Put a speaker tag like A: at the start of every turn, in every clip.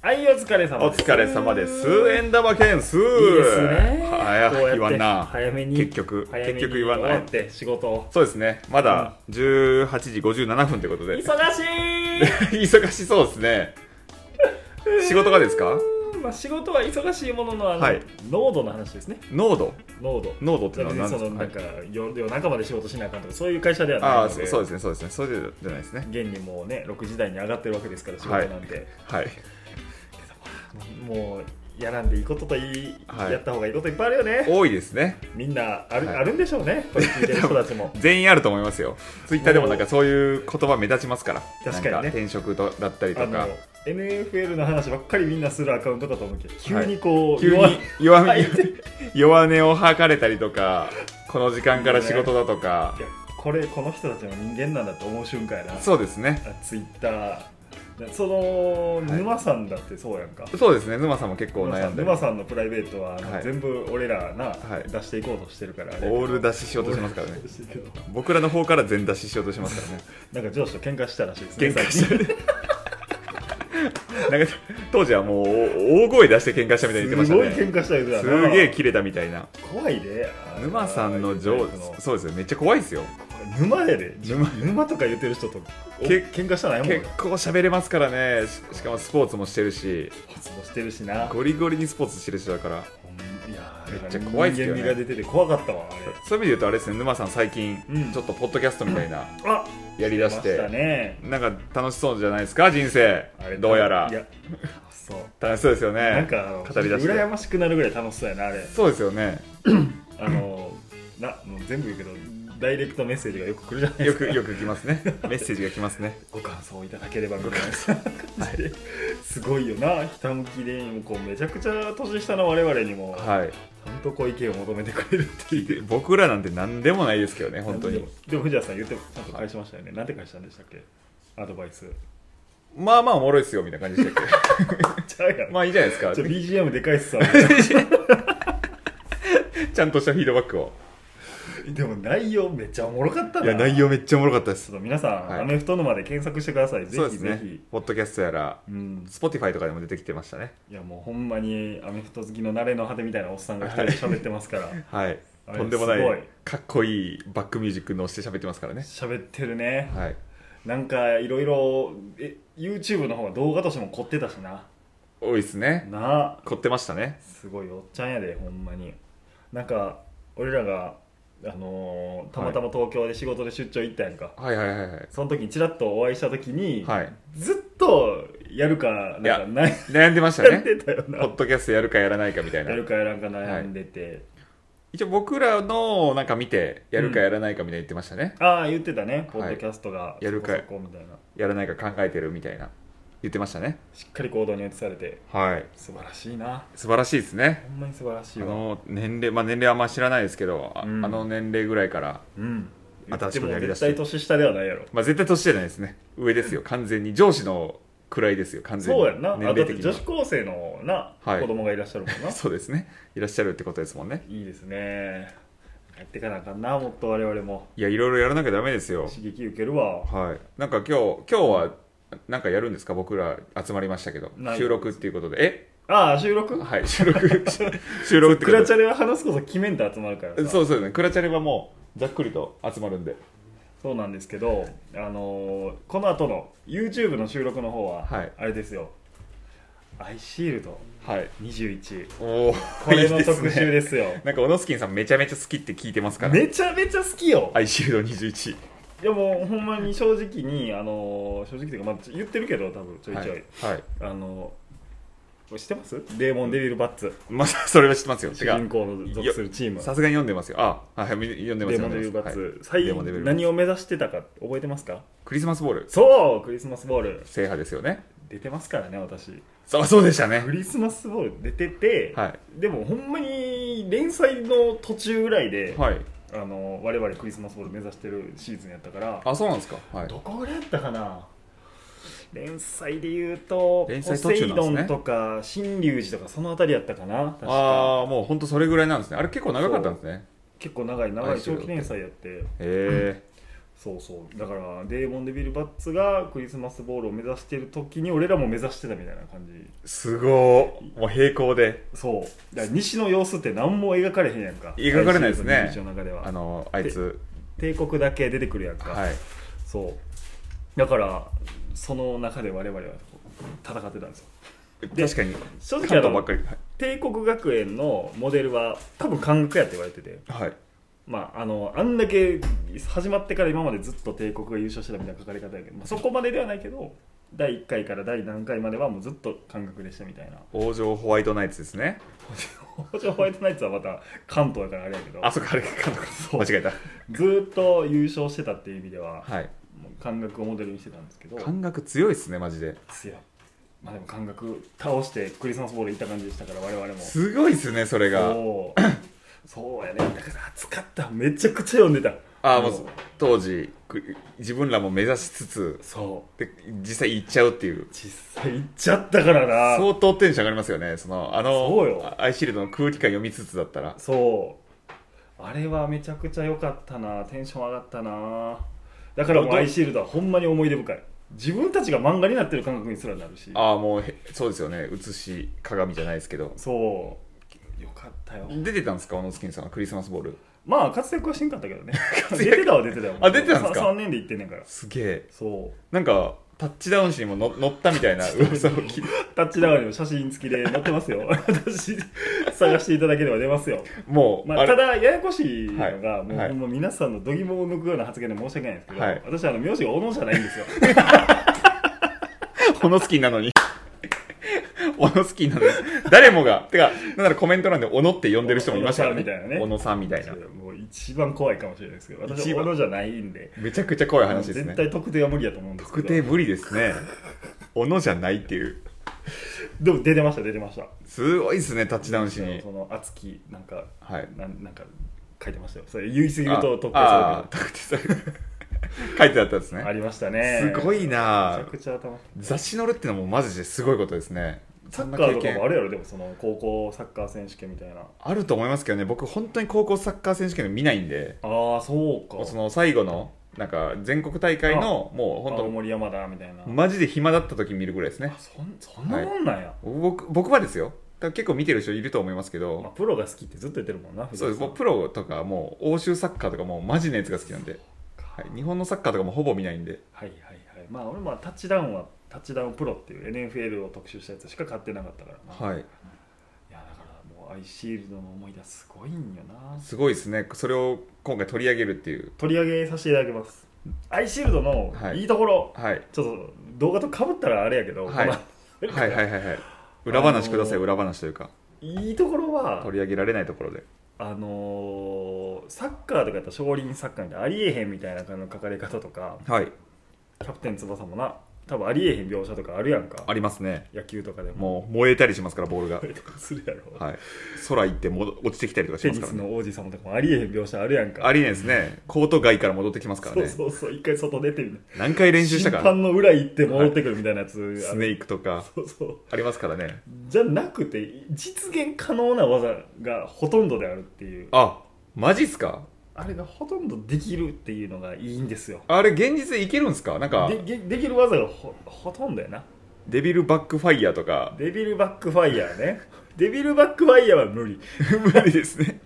A: はい、お疲れ様
B: お
A: です。
B: 疲れ様です。円玉件数。いい
A: いいですね。こうや
B: 早
A: って
B: いわな。
A: 早めに。
B: 結局、
A: 早め
B: 結
A: に
B: 局言わ
A: 終
B: な
A: わ
B: い
A: っ。て、仕事を。
B: そうですね。まだ18時57分ということ
A: 忙
B: で
A: し。い
B: 忙しそうですね。仕事がですか
A: まあ仕事は忙しいものの、あの、
B: はい
A: 濃度の話ですね。
B: 濃度
A: 濃度。
B: 濃度って
A: だ
B: の
A: っ
B: は
A: て
B: 何
A: そ
B: です
A: の、な
B: かは
A: ん
B: い
A: か、夜夜中まで仕事しなあかんとか、そういう会社ではない
B: ああ、
A: の
B: そ
A: で。
B: うそうですね、そうですね。そうじゃないですね。
A: 現にもうね、6時台に上がってるわけですから、仕事なんて。
B: はい。
A: もう、やらんでいいことといい、
B: はい
A: やった方がいいこといっぱいあるよね。
B: 多いですね。
A: みんなある、
B: はい。
A: あるんでしょうね。これ聞いてる人たちも
B: 全員あると思いますよ。ツイッターでもなんかそういう言葉目立ちますから。
A: 確かにね
B: なん転職とだったり
A: あ
B: と
A: の
B: か。
A: NFL の話ばっかりみんなするアカウントかと思うけど急
B: はい
A: にこう、
B: 急
A: 弱い
B: に弱
A: は
B: み
A: い
B: 弱音を吐かれたりとかこの時間から仕事だとか
A: いやこれこの人たちの人間なんだと思う瞬間やな
B: そうですね
A: ツイッターその
B: はい
A: 沼さんだってそうやんか、
B: そうですね沼さんも結構
A: 沼さ
B: 悩
A: ん
B: んで
A: 沼さんのプライベートは、あの
B: はい
A: 全部俺らな、
B: はい
A: 出していこうとしてるからあれ
B: オール出ししようとしますからね
A: オール出ししてるけど
B: 僕らの方から全出ししようとしますからね
A: なんか上司と喧嘩したらしいですね
B: 喧嘩し
A: 最近
B: た なんか当時はもう大声出して喧嘩したみたいに言って
A: すごい
B: ましたね
A: 喧嘩したけど
B: すげえ切れたみたいな
A: 怖いで
B: 沼さんの上
A: あの
B: そうですよめっちゃ怖いですよ
A: 沼やで沼
B: 沼
A: とか言ってる人とお
B: け
A: 喧嘩したらやもん
B: 結構喋れますからねししかもスポーツもしてるし
A: パツもしてるしな
B: ゴリゴリにスポーツしてる人だから
A: ほんいや
B: めっちゃ怖いっすよね
A: 人間味が出てて怖かったわあれ
B: そういう意味で言うとあれですね沼さん最近
A: うん
B: ちょっとポッドキャストみたいな
A: あ
B: やりだし
A: ま
B: て
A: たね
B: なんか楽しそうじゃないですか人生
A: あれ
B: どうやら
A: いやそう、
B: 楽しそうですよね
A: なんかあの
B: 語り出して
A: 羨ましくなるぐらい楽しそうやなあれ
B: そうですよね
A: あのなもう全部言うけどダイレクトメッセージがよく来るじゃないで
B: よ
A: すか
B: くよく来ますねメッセージが来ますね
A: ご感想いただければみたいな感じ ですごいよなひたむきでこうめちゃくちゃ年下の我々にも、
B: はい
A: ちゃんとこう意見を求めてくれるっていう
B: で 僕らなんて何でもないですけどね本当に
A: でも藤田さん言ってちゃんと返しましたよね、なんて返したんでしたっけアドバイ ス
B: まあまあおもろいですよみたいな感じでしたっ
A: ちゃうや
B: け
A: ん、
B: まあいいじゃないですか
A: ちょ
B: ち
A: BGM でかいっ すわ
B: ゃんとしたフィードバックを
A: でも内容めっちゃおもろかった
B: い
A: な
B: や内容めっちゃおもろかったで
A: ち
B: す
A: ょっと皆さん、
B: はい
A: アメフトのまで検索してくださいぜ
B: そうで
A: ひ
B: す
A: ぜ
B: ね
A: ひ
B: ポッドキャストやら
A: うん、
B: Spotify とかでも出てきてましたね
A: いやもうほんまにアメフト好きの慣れの果てみたいなおっさんが一人で喋ってます から
B: はい
A: あれ
B: とんでもな
A: すごい
B: いかっこいいバックミュージックのして喋ってますからね
A: 喋ってるね
B: はい
A: なんかいろいろえ YouTube の方が動画としても凝ってたしな
B: 多いですね
A: なあ
B: 凝ってましたね
A: すごいおっちゃんやでほんまになんか俺らが、あのーたまたま東京で仕事で出張行ったやんか、
B: はいはいはいはい
A: その時にちらっとお会いした時に、
B: はい
A: ずっとやるかなんか
B: い
A: 悩
B: 悩んでました
A: ん
B: ね
A: でたよな
B: ポッドキャストやるかやらないかみたい
A: や
B: な
A: るかやらんか悩んでて、
B: 一応僕らのなんか見てやるかやらないかみたいな言ってましたね、
A: ああ言ってたねポッドキャストが
B: やるか
A: そこそこみたいな
B: やらないか考えてるみたいな言ってましたね
A: しっかり行動に移されて
B: はい
A: 素晴らしいな
B: 素晴らしいですね
A: ほんまに素晴らし
B: あ
A: いわ
B: の年齢まあ年齢はあんま知らないですけど、あ
A: うん
B: あの年齢ぐらいから
A: うん
B: 新し
A: で
B: くや
A: も
B: りだ
A: 絶
B: して
A: 対年下ではないやろ
B: まあ絶対年じゃないですね上ですよ完全に上司の位ですよ完全に
A: そうやんなあ
B: 年
A: だっ
B: 齢
A: て
B: 的に
A: 女
B: は
A: 子高生のな、
B: はい
A: 子供がいらっしゃるもんな
B: そうですねいらっしゃるってことですもんね
A: いいですねやっていかなあかんなもっと我々も
B: いやいろいろやらなきゃダメですよ
A: 刺激受けるわ
B: はいなんか今日今日はなんかやるんですか僕ら集まりましたけど
A: ない
B: 収録っていうことでえ
A: ああ収録
B: はい、収 録、収録って
A: クラチ
B: ャ
A: ャレは話すこと決めんと集まるからさ
B: そうそうですね、クラチャレはもう、ざっくりと集まるんで。
A: そうなんですけど、あのーこの後の YouTube の収録の方は、
B: はい
A: あれですよアイシールド
B: はい。
A: 21
B: おお、
A: これの特
B: い
A: 集
B: いで
A: ですよ
B: すね。なんか、オノスキンさんめちゃめちゃ好きって聞いてますから。
A: めちゃめちゃ好きよ
B: アイシールド21。
A: いやもうほんまに正直に、あのー正直というか、まあ、言ってるけど多分ちょいちょい、
B: はい。はい
A: あのーこれ知ってますデーモン・デビル・バッツ
B: まあ、 それは知ってますよ。
A: 主
B: 違
A: 人
B: う。
A: 公の属するチーム
B: さすがに読んでますよ。あ、はい、読んでます
A: デモ
B: 読
A: ン
B: ん
A: デビ
B: で
A: ル
B: ま
A: バ
B: す。はい
A: ツ、最
B: デ
A: 後
B: モンデビルバツ
A: 何を目指してたか覚えてますか
B: クリスマスボール、
A: そうクリスマスボール
B: 制覇ですよね。
A: 出てますからね私
B: そう、そうでしたね
A: ク。リスマスボール出てて、
B: は
A: でもほんまに連載の途中ぐらいで、
B: い。はい。
A: あの我々クリスマスボール目指してるシーズンやったから
B: あ、そうなんですか。はい。
A: どこぐらいやったかな連載で言うと
B: 連載
A: ポ
B: 途
A: セ
B: 中
A: イ
B: なんです
A: ド
B: ね
A: ンとか新龍寺とかその辺りやったかな確か
B: ああ、もう本当それぐらいなんですね。あれ結構長かったんですね。
A: 結構長い長い長期連載やって
B: へえ。
A: そうそうだからデーモン・デビル・バッツがクリスマスボールを目指してる時に俺らも目指してたみたいな感じ
B: すごいもう平行で
A: そうだから西の様子って何も描かれへんやんか
B: 描かれないですね
A: 来シーズンの印象の中では
B: あのあいつ
A: 帝国だけ出てくるやんか、
B: はい
A: そうだからその中で我々は戦ってたんですよで
B: 確かに
A: 正直
B: 関
A: あ
B: 東ばっ
A: の
B: かりはい
A: 帝国学園のモデルは多分感覚やって言われてて
B: はい
A: まああのあんだけ始まってから今までずっと帝国が優勝してたみたいな書かれ方やけど、まあ、そこまでではないけど第1回から第何回まではもうずっと感覚でしたみたい な
B: 王城ホワイトナイツですね
A: 北条ホワイトナイツはまた関東やからあれやけど
B: あそこあれか
A: そう
B: 間違えた
A: ずーっと優勝してたっていう意味では
B: はい
A: もう感覚をモデルにしてたんですけど
B: 感覚強いですねマジで
A: 強いまあでも感覚倒してクリスマスボールいった感じでしたから我々も
B: すごいですねそれが
A: そうそうやねだから暑かっためちゃくちゃ読んでた
B: あーもう当時く自分らも目指しつつ
A: そう
B: で実際行っちゃうっていう
A: 実際行っちゃったからな
B: 相当テンション上がりますよねそのあ
A: そうよ
B: のアイシールドの空気感読みつつだったら
A: そうあれはめちゃくちゃ良かったなテンション上がったなだからもうアイシールドはほんまに思い出深い自分たちが漫画になってる感覚にすらなるし
B: ああもうへそうですよね写し鏡じゃないですけど
A: そうよかったよ
B: 出てたんですか小野スキンさんはクリスマスボール
A: まあ活躍はしんかったけ どね
B: 躍
A: 出てたは出てたよ
B: あ出てたんですか
A: 3年で行ってんねんから
B: すげえ
A: そう
B: なんかタッチダウン誌にもの乗ったみたい な噂を聞いて
A: タッチダウンにも写真付きで載ってます よ私探していただければ出ますよ、
B: もう、
A: まあ、
B: あれ
A: ただややこしいのが、
B: はい
A: もう
B: はい
A: ほんま皆さんの度肝を抜くような発言で申し訳ないんですけど、
B: はい
A: 私あの名字が小野じゃないん ですよ
B: 小野スキンなのに小野スキンなのに誰もがてかなんならコメント欄で小野って呼んでる人もいましたからね
A: 小野さんみたいなね
B: 小野さんみたいな
A: もう一番怖いかもしれないですけど私
B: 一
A: は
B: 番
A: 小野じゃないんで
B: めちゃくちゃ怖い話ですね
A: 絶対特定は無理やと思うんですけ
B: 特
A: ど
B: 定無理ですね小野じゃないっていう
A: でも出てました出てました
B: すごいですねタッチダウン誌に
A: その熱きなんか
B: はい
A: なんなんか書いてましたよそれ言い過ぎると特定
B: ああ
A: さ
B: 特定される書いてあったんです
A: れるあ
B: ね
A: りましたね
B: すごいな
A: めちゃくちゃ楽しい
B: 雑誌乗るってのもマジですごいことですね
A: サ
B: そん
A: ッ
B: な
A: カー
B: 経
A: とか
B: 験
A: もあるやろでもその高校サッカー選手権みたいな
B: あると思いますけどね僕本当に高校サッカー選手権見ないんで
A: ああそうか
B: もうその最後のなんか全国大会のもう
A: 青
B: 本
A: 森山だみたいな、
B: 当マジで暇だった時見るぐらいですね
A: あそんそんなもんなんや、
B: 僕僕はですよだから結構見てる人いると思いますけ
A: まあ、
B: ど
A: プロが好きってずっと言ってるもんな
B: そうです
A: 藤
B: 僕プロとかもう欧州サッカーとかもうマジのやつが好きなんで、
A: 田さん
B: はい、日本のサッカーとかもほぼ見ないんで
A: はいはいはいまあ俺もタッチダウンはタッチダウンプロっていう NFL を特集したやつしか買ってなかったからな、い、
B: はい
A: やだからもうアイシールドの思い出すごいんよな
B: すごいですねそれを今回取り上げるっていう
A: 取り上げさせていただきますアイシールドの
B: はい
A: いいところ、
B: はい
A: ちょっと動画とかぶったらあれやけど、
B: はい
A: まあ
B: はいはいはいはい裏話ください、
A: あのー
B: 裏話というか
A: いいところは
B: 取り上げられないところで
A: あのーサッカーとかやったら少林サッカーみたいなありえへんみたいな感じの書かれ方とか
B: はい
A: キャプテン翼もな多分ありえへん描写とかあるやんか
B: ありますね
A: 野球とかでも
B: もう燃えたりしますからボールが、
A: とかするやろ、
B: はい、空行って戻落ちてきたりとかし
A: テ
B: ます
A: ニ
B: から
A: ス
B: ね
A: の王子様とかもありえへん描写あるやんか
B: ありえないですねコート外から戻ってきますからね
A: そうそうそう一回外出てみたいな
B: 何回練習した
A: 審
B: か
A: 判の裏行って戻ってくるみたいなやつ、あ
B: ス
A: る
B: ネークとか
A: そうそう
B: ありますからね
A: じゃなくて実現可能な技がほとんどであるっていう
B: あマジっすか
A: あれがほとんどできるっていうのがいいんですよ
B: あれ現実でいけるんですかなんか
A: ででできる技がほほとんどやな
B: デビルバックファイヤーとか
A: デビルバックファイヤーね。デビルバックファイヤーは無理。
B: 無理ですね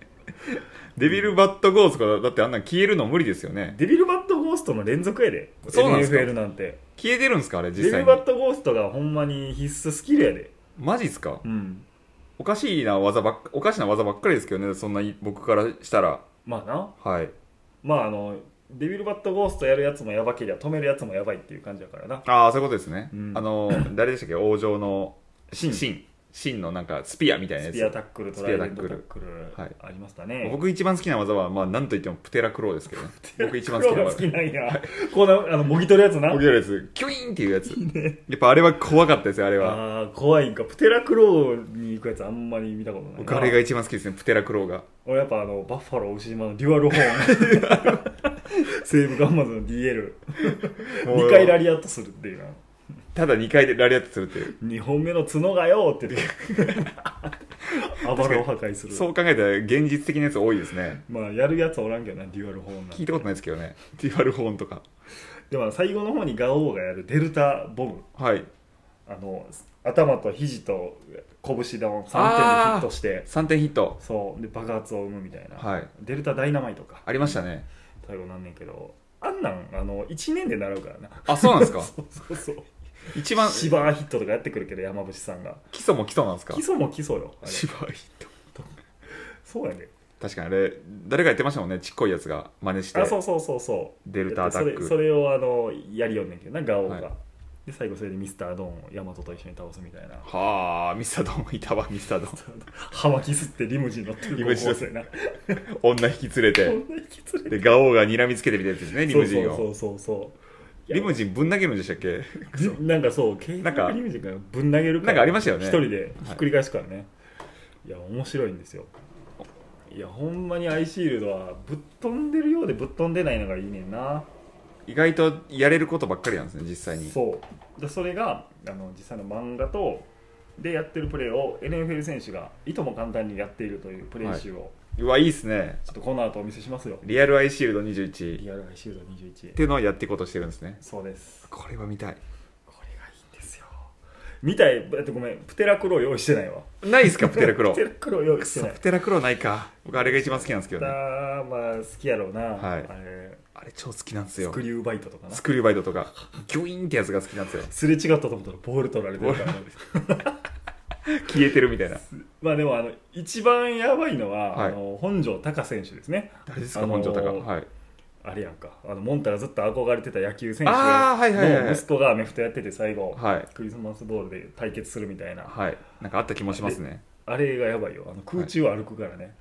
B: デビルバットゴーとかだってあんなん消えるの無理ですよね
A: デビルバットゴーストの連続やで。
B: そうなんですか
A: NFL なんて。
B: 消えてるんですかあれ
A: デ
B: 実
A: ビ
B: 際
A: ル
B: に
A: バットゴーストがほんまに必須スキルやで。
B: マジっすか
A: うん。
B: おかしいな技ばっかおかしな技ばっかりですけどねそんなに僕からしたら
A: まあな。
B: はい
A: まああの、デビルバットゴーストやるやつもやばけりゃ止めるやつもやばいっていう感じやからな。
B: ああそういうことですね、
A: うん
B: あの誰でしたっけ王城の
A: シン
B: シンシンのなんかスピアみたいな
A: ス
B: やつ
A: ピアタックル、トライデントタッ
B: ス
A: クル
B: タックルはい。
A: ありましたね。
B: 僕一番好きな技は、まあ、なんといってもプテラクローですけ どね僕一番好
A: 黒
B: きな
A: が
B: 技
A: 好きなんや。こうな、あの、もぎ取るやつな
B: 僕。やるやつキュイーンっていうやつやっぱあれは怖かったですよあれは
A: ああ、怖いんか。プテラクローに行くやつあんまり見たことないな。
B: 僕あれが一番好きですねプテラクローが
A: 俺やっぱあのバッファロー牛島のデュアルホーン 西武ガンマズの DL2
B: もう
A: 回ラリアットするっていうな
B: ただ2回でラリアットするっていう
A: 2本目の角がよーって言ってあばらを破壊する
B: そう考えたら現実的なやつ多いですね
A: まあやるやつはおらんけどなデュアルホーンなん
B: 聞
A: て
B: いたことないですけどねデュアルホーンとか
A: でも最後の方にガオーがやるデルタボム
B: はい
A: あの頭と肘と拳の3点でヒットして
B: 3点ヒット
A: そうで爆発を生むみたいな、
B: はい
A: デルタダイナマイトか
B: ありましたね
A: 最後なんねんけどあんなんあの1年で習うからな
B: あそうなんですか
A: そうそうそう
B: 一番
A: シ
B: 基
A: バーヒットとかやってくるけど山伏さんが
B: 礎も基礎なんですか
A: 基礎も基礎よあれ
B: 芝居と
A: そうやね
B: 確かにあれ誰か言ってましたもんねちっこいやつが真似して
A: あそうそうそうそう
B: デルタアタック
A: それそれをあのやりよんねんけどなガオーが、
B: はい
A: で最後それでミスタードーンをヤマトと一緒に倒すみたいな
B: はあミスタードンいたわミスタード
A: ハマキすってリムジン乗ってる
B: リムジン
A: 高校生な
B: ン女引き連れ
A: こ
B: て
A: んな引き連れて
B: でガオーが睨みつけてみたやつですねリムジンを
A: そうそうそうそういや
B: リムジンぶん投げるんでしたっけ
A: じなんかそう軽
B: なんか
A: 快リムジンがぶん投げる
B: なんかありましたよね
A: 一人でひっくり返すからね、い、や面白いんですよいやほんまにアイシールドはぶっ飛んでるようでぶっ飛んでないのがいいねんな
B: 意外とやれることばっかりなんですね実際に
A: そうでそれがあの実際の漫画とでやってるプレーを NFL 選手がいとも簡単にやっているというプレー集を、
B: うわいいっすね
A: ちょっとこの後お見せしますよ
B: リアルアイシールド21っ
A: リアルアイシールド21
B: ていうのをやっていこうとしてるんですね
A: そうです
B: これは見たい
A: これがいいんですよ見たいだってごめんプテラクロ用意してないわ
B: ないですかプテラクロ
A: プテ ラクロ用意
B: く
A: して
B: そ
A: ない
B: プテラクロないか僕あれが一番好きなんですけ どね
A: あーまあ好きやろうな、
B: はい
A: あれ
B: あれ超好きなんです
A: ス
B: よ
A: クリューバイトとかな
B: スクリューバイトとかギョインってやつが好きなんですよ
A: すれ違ったと思ったらボール取られてるからな
B: 消えてるみたいな
A: まあでもあの一番やばいのは、
B: はい
A: あの本庄隆選手ですね
B: 誰です
A: あ
B: か
A: のー
B: 本庄隆はい
A: あれやんかあのモンタがずっと憧れてた野球選手
B: あーはいはいはい
A: の息子がアメフトやってて最後、
B: はい
A: クリスマスボールで対決するみたいな
B: はいなんかあった気もしま すね
A: あれがやばいよあの空中を歩くからね、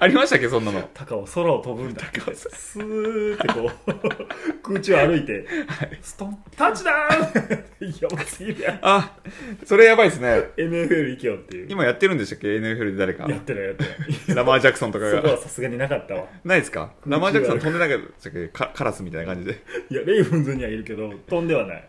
B: ありましたっけそんなの
A: 高を空を飛ぶんだけどスーってこう 空中を歩いて、ストンタッチダーン やばすぎるやん
B: あそれやばいですね
A: NFL 行けよっていう
B: 今やってるんでしたっけ NFL で誰か
A: やってないやってない
B: ラマー・ジャクソンと か
A: そこは
B: が
A: さすがになかったわ
B: ないですか
A: んにちは
B: ラマー・ジャクソン飛んでなかったっけかカラスみたいな感じで
A: いやレイブンズにはいるけど飛んではない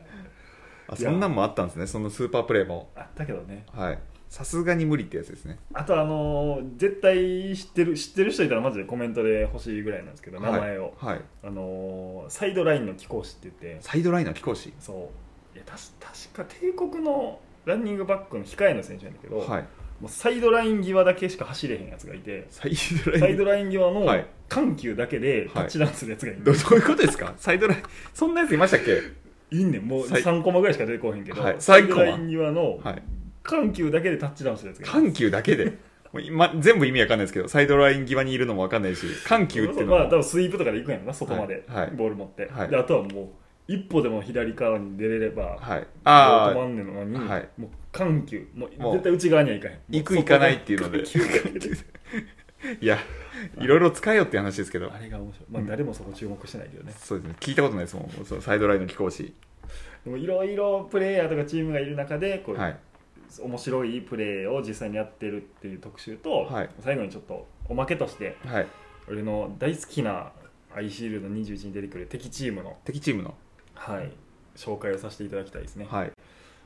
B: あ
A: いや
B: そんなんもあったんですねそのスーパープレーも
A: あったけどね
B: はいさすがに無理ってやつですね
A: あとあのー絶対知ってる知ってる人いたらマジでコメントで欲しいぐらいなんですけど名前を、
B: はい、はい
A: あのーサイドラインの貴公子って言って
B: サイドラインの貴公子
A: そういやたし確か帝国のランニングバックの控えの選手なんだけど、
B: はい
A: もうサイドライン際だけしか走れへんやつがいて
B: サイドライン
A: サイドライン際の
B: はい
A: 緩急だけでタッチダウンするやつがいる、
B: どどういうことですかサイドラインそんなやついましたっけ
A: い、いんねんもう
B: サイ
A: 3コマぐらいしか出てこうへんけど、
B: はい
A: サイ
B: 3
A: ド
B: コマ
A: ライン際の
B: はい
A: 緩急だけでタッチダウンするやつがいる
B: 緩急だけでもう今全部意味わかんないですけどサイドライン際にいるのもわかんないし緩急っていう
A: ま
B: の
A: あ、多
B: も
A: 分スイープとかで行くんやろな外まで、
B: はいはい
A: ボール持って、
B: はい
A: であとはもう一歩でも左側に出れれば、
B: はい
A: 止ま
B: あ
A: んねんのに、
B: はい
A: もう緩急も
B: も
A: う
B: う
A: 絶対内側には行かへんもう
B: 行く行かないっていうので
A: 外側緩急
B: あいやいろいろ使えよって話ですけど
A: あれが面白い、まあ、誰もそこ注目してないけどね、
B: そうですね聞いたことないですもんそのサイドラインの貴公子
A: でもいろいろプレイヤーとかチームがいる中でこう、
B: はい
A: 面白いプレーを実際にやってるっていう特集と、
B: はい
A: 最後にちょっとおまけとして
B: はい
A: 俺の大好きなアイシールド21に出てくる敵チームの、
B: 敵チームの
A: はい、紹介をさせていただきたいですね、
B: はい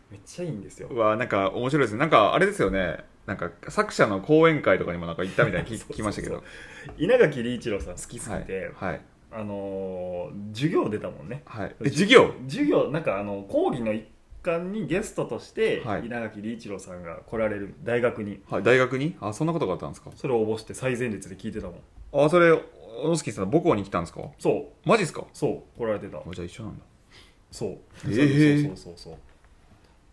A: めっちゃいいんですよ
B: はなんか面白いですねなんかあれですよねなんか作者の講演会とかにもなんか行ったみたいに聞
A: そうそうそう
B: きましたけど
A: 稲垣理一郎さん好きすぎ
B: はい
A: て、
B: はい
A: あのー授業出たもんね
B: はいえ授業
A: 授業なんかあの講義の一環にゲストとして
B: はい
A: 稲垣理一郎さんが来られる大学に
B: はい大学にあそんなことがあったんですか
A: それを応募して最前列で聞いてたもん
B: あそれ小野月さんの母校に来たんですか
A: そう
B: マジですか
A: そう来られてた
B: あじゃあ一緒なんだ
A: そう、
B: えー
A: そうそうそうそう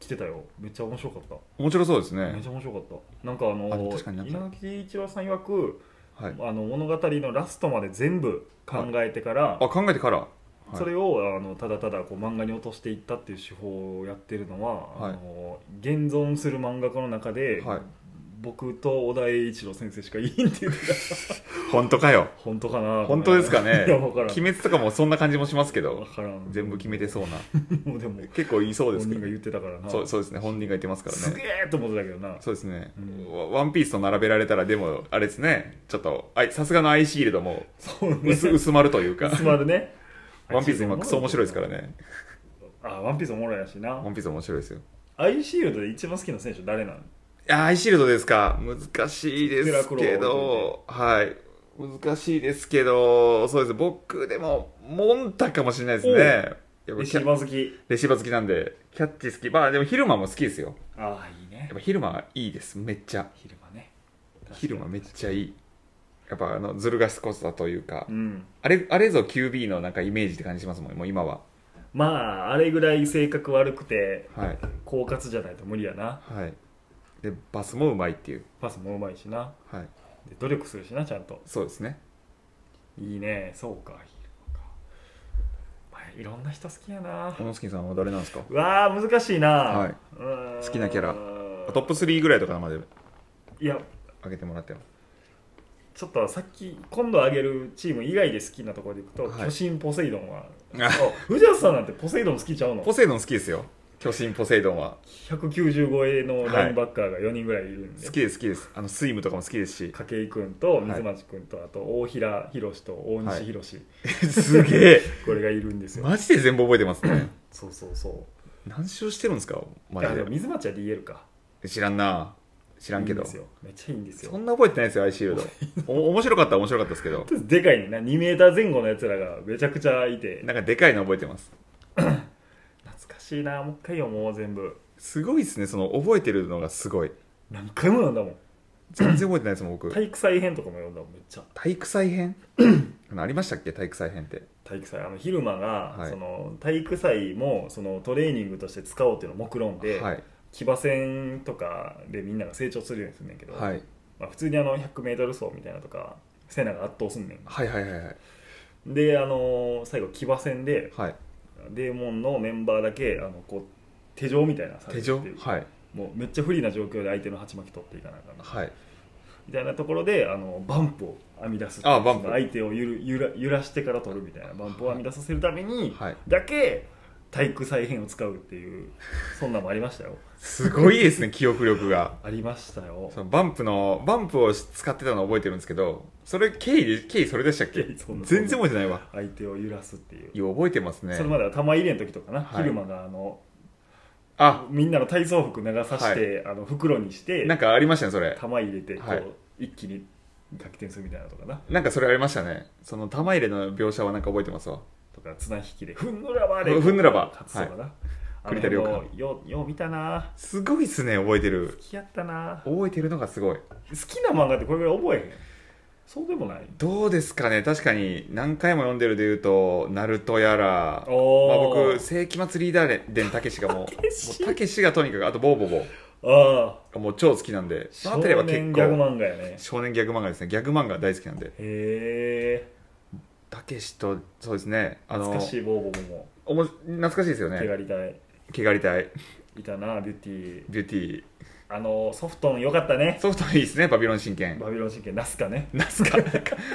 A: 来てたよめっちゃ面白かった、
B: 面白そうです
A: めっ
B: ね
A: ちゃ面白かったなんかあの
B: あ確かになんか
A: 稲垣一郎さん曰く
B: はい
A: あの物語のラストまで全部考えてから、
B: あ考えてからはい
A: それをあのただただこう漫画に落としていったっていう手法をやってるのは、
B: はい
A: あの現存する漫画家の中で、
B: はい
A: 僕と小田栄一郎先生しかいいって言ってた
B: 本当かよ
A: 本当かな
B: 本当ですか
A: いや
B: ね
A: 分からん
B: 鬼滅とかもそんな感じもしますけ
A: 分
B: ど
A: からん
B: 全部決めてそうな
A: もうでも
B: 結構いそうで
A: 本
B: すけ
A: 人が
B: ど
A: 言ってたからな
B: そうそうですね本人が言ってますから
A: す
B: ね
A: げえと思ってたけどな
B: そうですね、
A: うん
B: ワワンピースと並べられたらでもあれですねちょっとあいさすがのアイシールドも
A: そうね
B: 薄薄まるというか
A: 薄まるね
B: ワンピース今クソ面白いですからね
A: あワンピースおもろいやしな
B: ワンピース面白いですよ
A: アイシールドで一番好きな選手誰なの
B: やアイシールドですか難しいですけ
A: デラクロ
B: どはい難しいですけどそうです僕でもモンタかもしれないですねやっぱ
A: レ
B: キ
A: シー
B: ャ
A: バー好き
B: レシーバー好きなんでキャッチ好きまあでも昼間も好きですよ
A: ああいいね
B: やっぱ昼間はいいですめっちゃ
A: 昼間ね
B: 昼間めっちゃいいやっぱあのずる賢さというか、
A: うん
B: あれあれぞ QB のなんかイメージって感じしますもんもう今は
A: まああれぐらい性格悪くて
B: はい
A: 狡猾じゃないと無理やな
B: はいでバスもうまいっていう
A: パスもうまいしな
B: はい
A: で努力するしなちゃんと
B: そうですね
A: いいねそうか昼間か、まあ、いろんな人好きやな
B: 小野助さんは誰なんですか
A: うわー難しいな、
B: はいう
A: ーん
B: 好きなキャラトップ3ぐらいとかまで
A: いや
B: 上げてもらっても
A: ちょっとさっき今度挙げるチーム以外で好きなところでいくと、
B: はい
A: 巨神ポセイドンは
B: あ
A: あ藤原さんなんてポセイドン好きちゃうの
B: ポセイドン好きですよ巨神ポセイドンは
A: 190超えのラインバッカーが4人ぐらいいるんで、
B: 好きです好きですあのスイムとかも好きです し
A: 筧君と水町君と、あと大平宏と大西宏、
B: すげえ
A: これがいるんですよ
B: マジで全部覚えてますね
A: そうそうそ
B: 何勝してるんですか
A: う
B: マ
A: だ
B: ジ
A: から水町は DL か
B: で知らんな知らんけ
A: いい
B: ど
A: んですよめっちゃいいんです
B: そ
A: よ
B: んな覚えてないですよアイシールドお面白かったら面白かったですけど
A: でかいねんな2メーター前後のやつらがめちゃくちゃいて
B: なんかでかいの覚えてます
A: 懐かしいなもう一回よもう全部
B: すごいですねその覚えてるのがすごい
A: 何回もなんだもん
B: 全然覚えてないですもん僕
A: 体育祭編とかも読んだもんめっちゃ
B: 体育 祭編あのありましたっけ体育祭編って
A: 体育祭あの昼間が、
B: はい
A: その体育祭もそのトレーニングとして使おうっていうのを目論んで、
B: はい
A: 騎馬戦とかでみんなが成長するようにするねんけど、
B: はい
A: まあ、普通にあの 100m 走みたいなのとかセナが圧倒すんねん
B: はいはいはいはい
A: であのー最後騎馬戦で
B: はい
A: デーモンのメンバーだけあのこう手錠みたいなのされ
B: 手
A: てて
B: 錠はい
A: もうめっちゃ不利な状況で相手の鉢巻き取っていかなあかん
B: はい
A: みたいなところであのバンプを編み出す
B: あバンプ
A: 相手をゆるゆら揺らしてから取るみたいなバンプを編み出させるために
B: はい
A: だけ体育再編を使うっていうそんなんもありましたよ
B: すごいですね 記憶力が
A: ありましたよ
B: そのバンプのバンプを使ってたの覚えてるんですけどそれ経緯で経緯それでしたっけ
A: 経緯そんな
B: 全然覚えてないわ
A: 相手を揺らすっていう
B: いや覚えてますね
A: それまでは玉入れの時とかな、
B: はい
A: 昼間があの
B: あ
A: みんなの体操服流さして、あの袋にして
B: なんかありましたねそれ
A: 玉入れてこう、
B: はい
A: 一気に逆転するみたいなのとかな
B: なんかそれありましたねその玉入れの描写はなんか覚えてますわ
A: とか綱引きでふんぬらばで
B: ふふんぬらば
A: 勝つとかな、
B: 栗田亮
A: あのようよう見たな
B: すごいっすね覚えてる
A: 好きやったな好
B: 覚えてるのがすごい
A: きな漫画ってこれぐらい覚えへんそうでもない
B: どうですかね確かに何回も読んでるで言うと「ナルトやら、まあ、
A: おー
B: 僕世紀末リーダー伝たけしがもうも
A: たけし
B: うたけしがとにかくあとボーボーボー
A: ああ
B: がもう超好きなんでまあ
A: 少
B: あたりは結
A: 年ギャグ
B: 構
A: 漫画やね
B: 少年ギャグ漫画ですねギャグ漫画大好きなんで
A: へえ
B: たけしとそうですねあの
A: 懐かしいボーボーも
B: おも懐かしいですよ
A: 手が
B: ね
A: りたい
B: 毛がりたい
A: いたなビューティー
B: ビューティ
A: あのソフトンよかった
B: ー
A: ね
B: ソフトいいですねバビロン神剣
A: バビロン神経ナスカね
B: ナスカ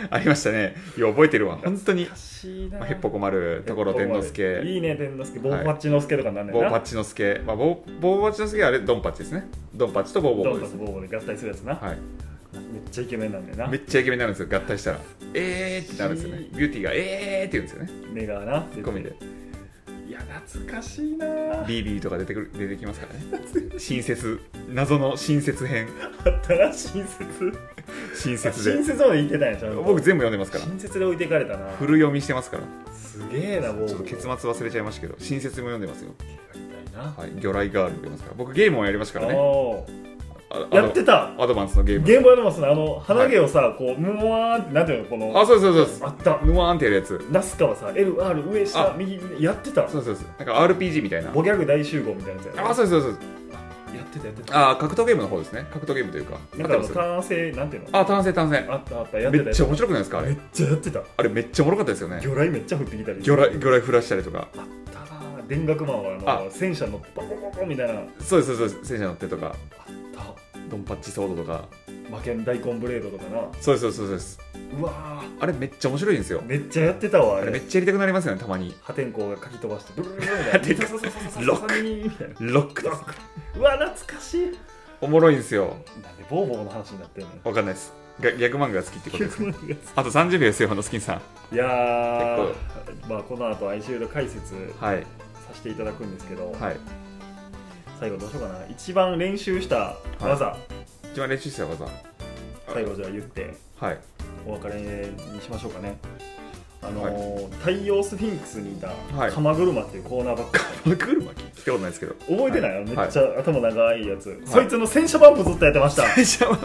B: ありましたねいや覚えてるわ本当に
A: 懐かしいな
B: まあヘッポコ丸ところ
A: ヘ
B: 天
A: ッポコ
B: 之
A: 丸
B: 助
A: いいね天之助ボーパッチの助とかになんねん
B: ボ
A: な
B: ーパッチの助、まあ、ボーボーパッチの助はあれドンパッチですねドンパッチとボーボー
A: ド
B: ボー
A: ン
B: で
A: パ
B: す
A: スボーボーで合体するやつな、
B: はい、
A: めっちゃイケメンなんだよな
B: めっちゃイケメンになるんですよ合体したらえーってなるんですよねビューティーがえーって言うんですよね
A: 目がな
B: ツッコミで
A: いや懐かしいなあ
B: BB とか出てくる出てきますからね新説謎の新説編
A: ったな 新説
B: 新説
A: 新
B: で
A: 説まで言ってたんやちゃんと
B: 僕全部読んでますから
A: 新説で置いていかれたな
B: 古読みしてますから
A: すげえなボーボ
B: ちょ
A: ー
B: っと結末忘れちゃいましたけど新説も読んでますよ
A: やりたいな、
B: はい魚雷ガール読んでますから僕ゲームをやりましたからね
A: おー
B: あ
A: やってた
B: アドバンスのゲーム
A: 現場でもそのあの鼻毛をさ、こうムワーンってなんていうのこの
B: あそうですそうですそう
A: あ
B: で
A: った
B: すヌワーンってやるやつ
A: ナスカはさ LR 上下
B: あ
A: 右やってた
B: そうですそうですなんか RPG みたいな
A: ボギャグ大集合みたいなやつやろ
B: あそうですそうですそうです
A: やってたやってた
B: あー格闘ゲームの方ですね格闘ゲームというか
A: なんかあの
B: あったんですよ
A: 単性なんていうの
B: あー単成単成
A: あったあったやってたや
B: めっ
A: って
B: ち
A: た
B: ゃ面白くないですかあ
A: めっ
B: れ
A: ちゃやってた
B: あれめっちゃおもろかったですよね
A: 魚雷めっちゃ降ってきたり
B: 魚雷魚雷振らしたりとか
A: あったな電学マンはあの
B: あ
A: 戦車乗ってボコボコみたいなあっ
B: そうですそうです戦車乗ってとか
A: た
B: ドンパッチソードとか
A: 魔剣大根ブレードとかな
B: そうですそうですそうです
A: うわー
B: あれめっちゃ面白いんですよ
A: めっちゃやってたわあ
B: あれめ
A: れ
B: っちゃやりたくなりますよねたまに
A: 破天荒がかき飛ばしてブルルルルみたいなそうそうそうそうそう
B: ロック
A: みたいな
B: ロックです
A: うわ懐かしいなんで
B: おもろいんですよ
A: ボーボーの話になってんの
B: わかんないですが逆漫画が好きってことです
A: い
B: あと30秒ですよあのスキンさん
A: やーまあこの後アイシールド解説
B: はい
A: させていただくんですけど、
B: はい
A: 最後どうしようかな一番練習した技、
B: 一番練習した技
A: 最後じゃあ言って
B: はい
A: お別れにしましょうかねあのー太陽スフィンクスにいた
B: はい
A: 鎌車っていうコーナーばっか
B: マクルマ来たことないですけど
A: 覚えてない、
B: は い
A: めっちゃ頭長いやつ、そいつの洗車バンプずっとやってました、
B: 会社は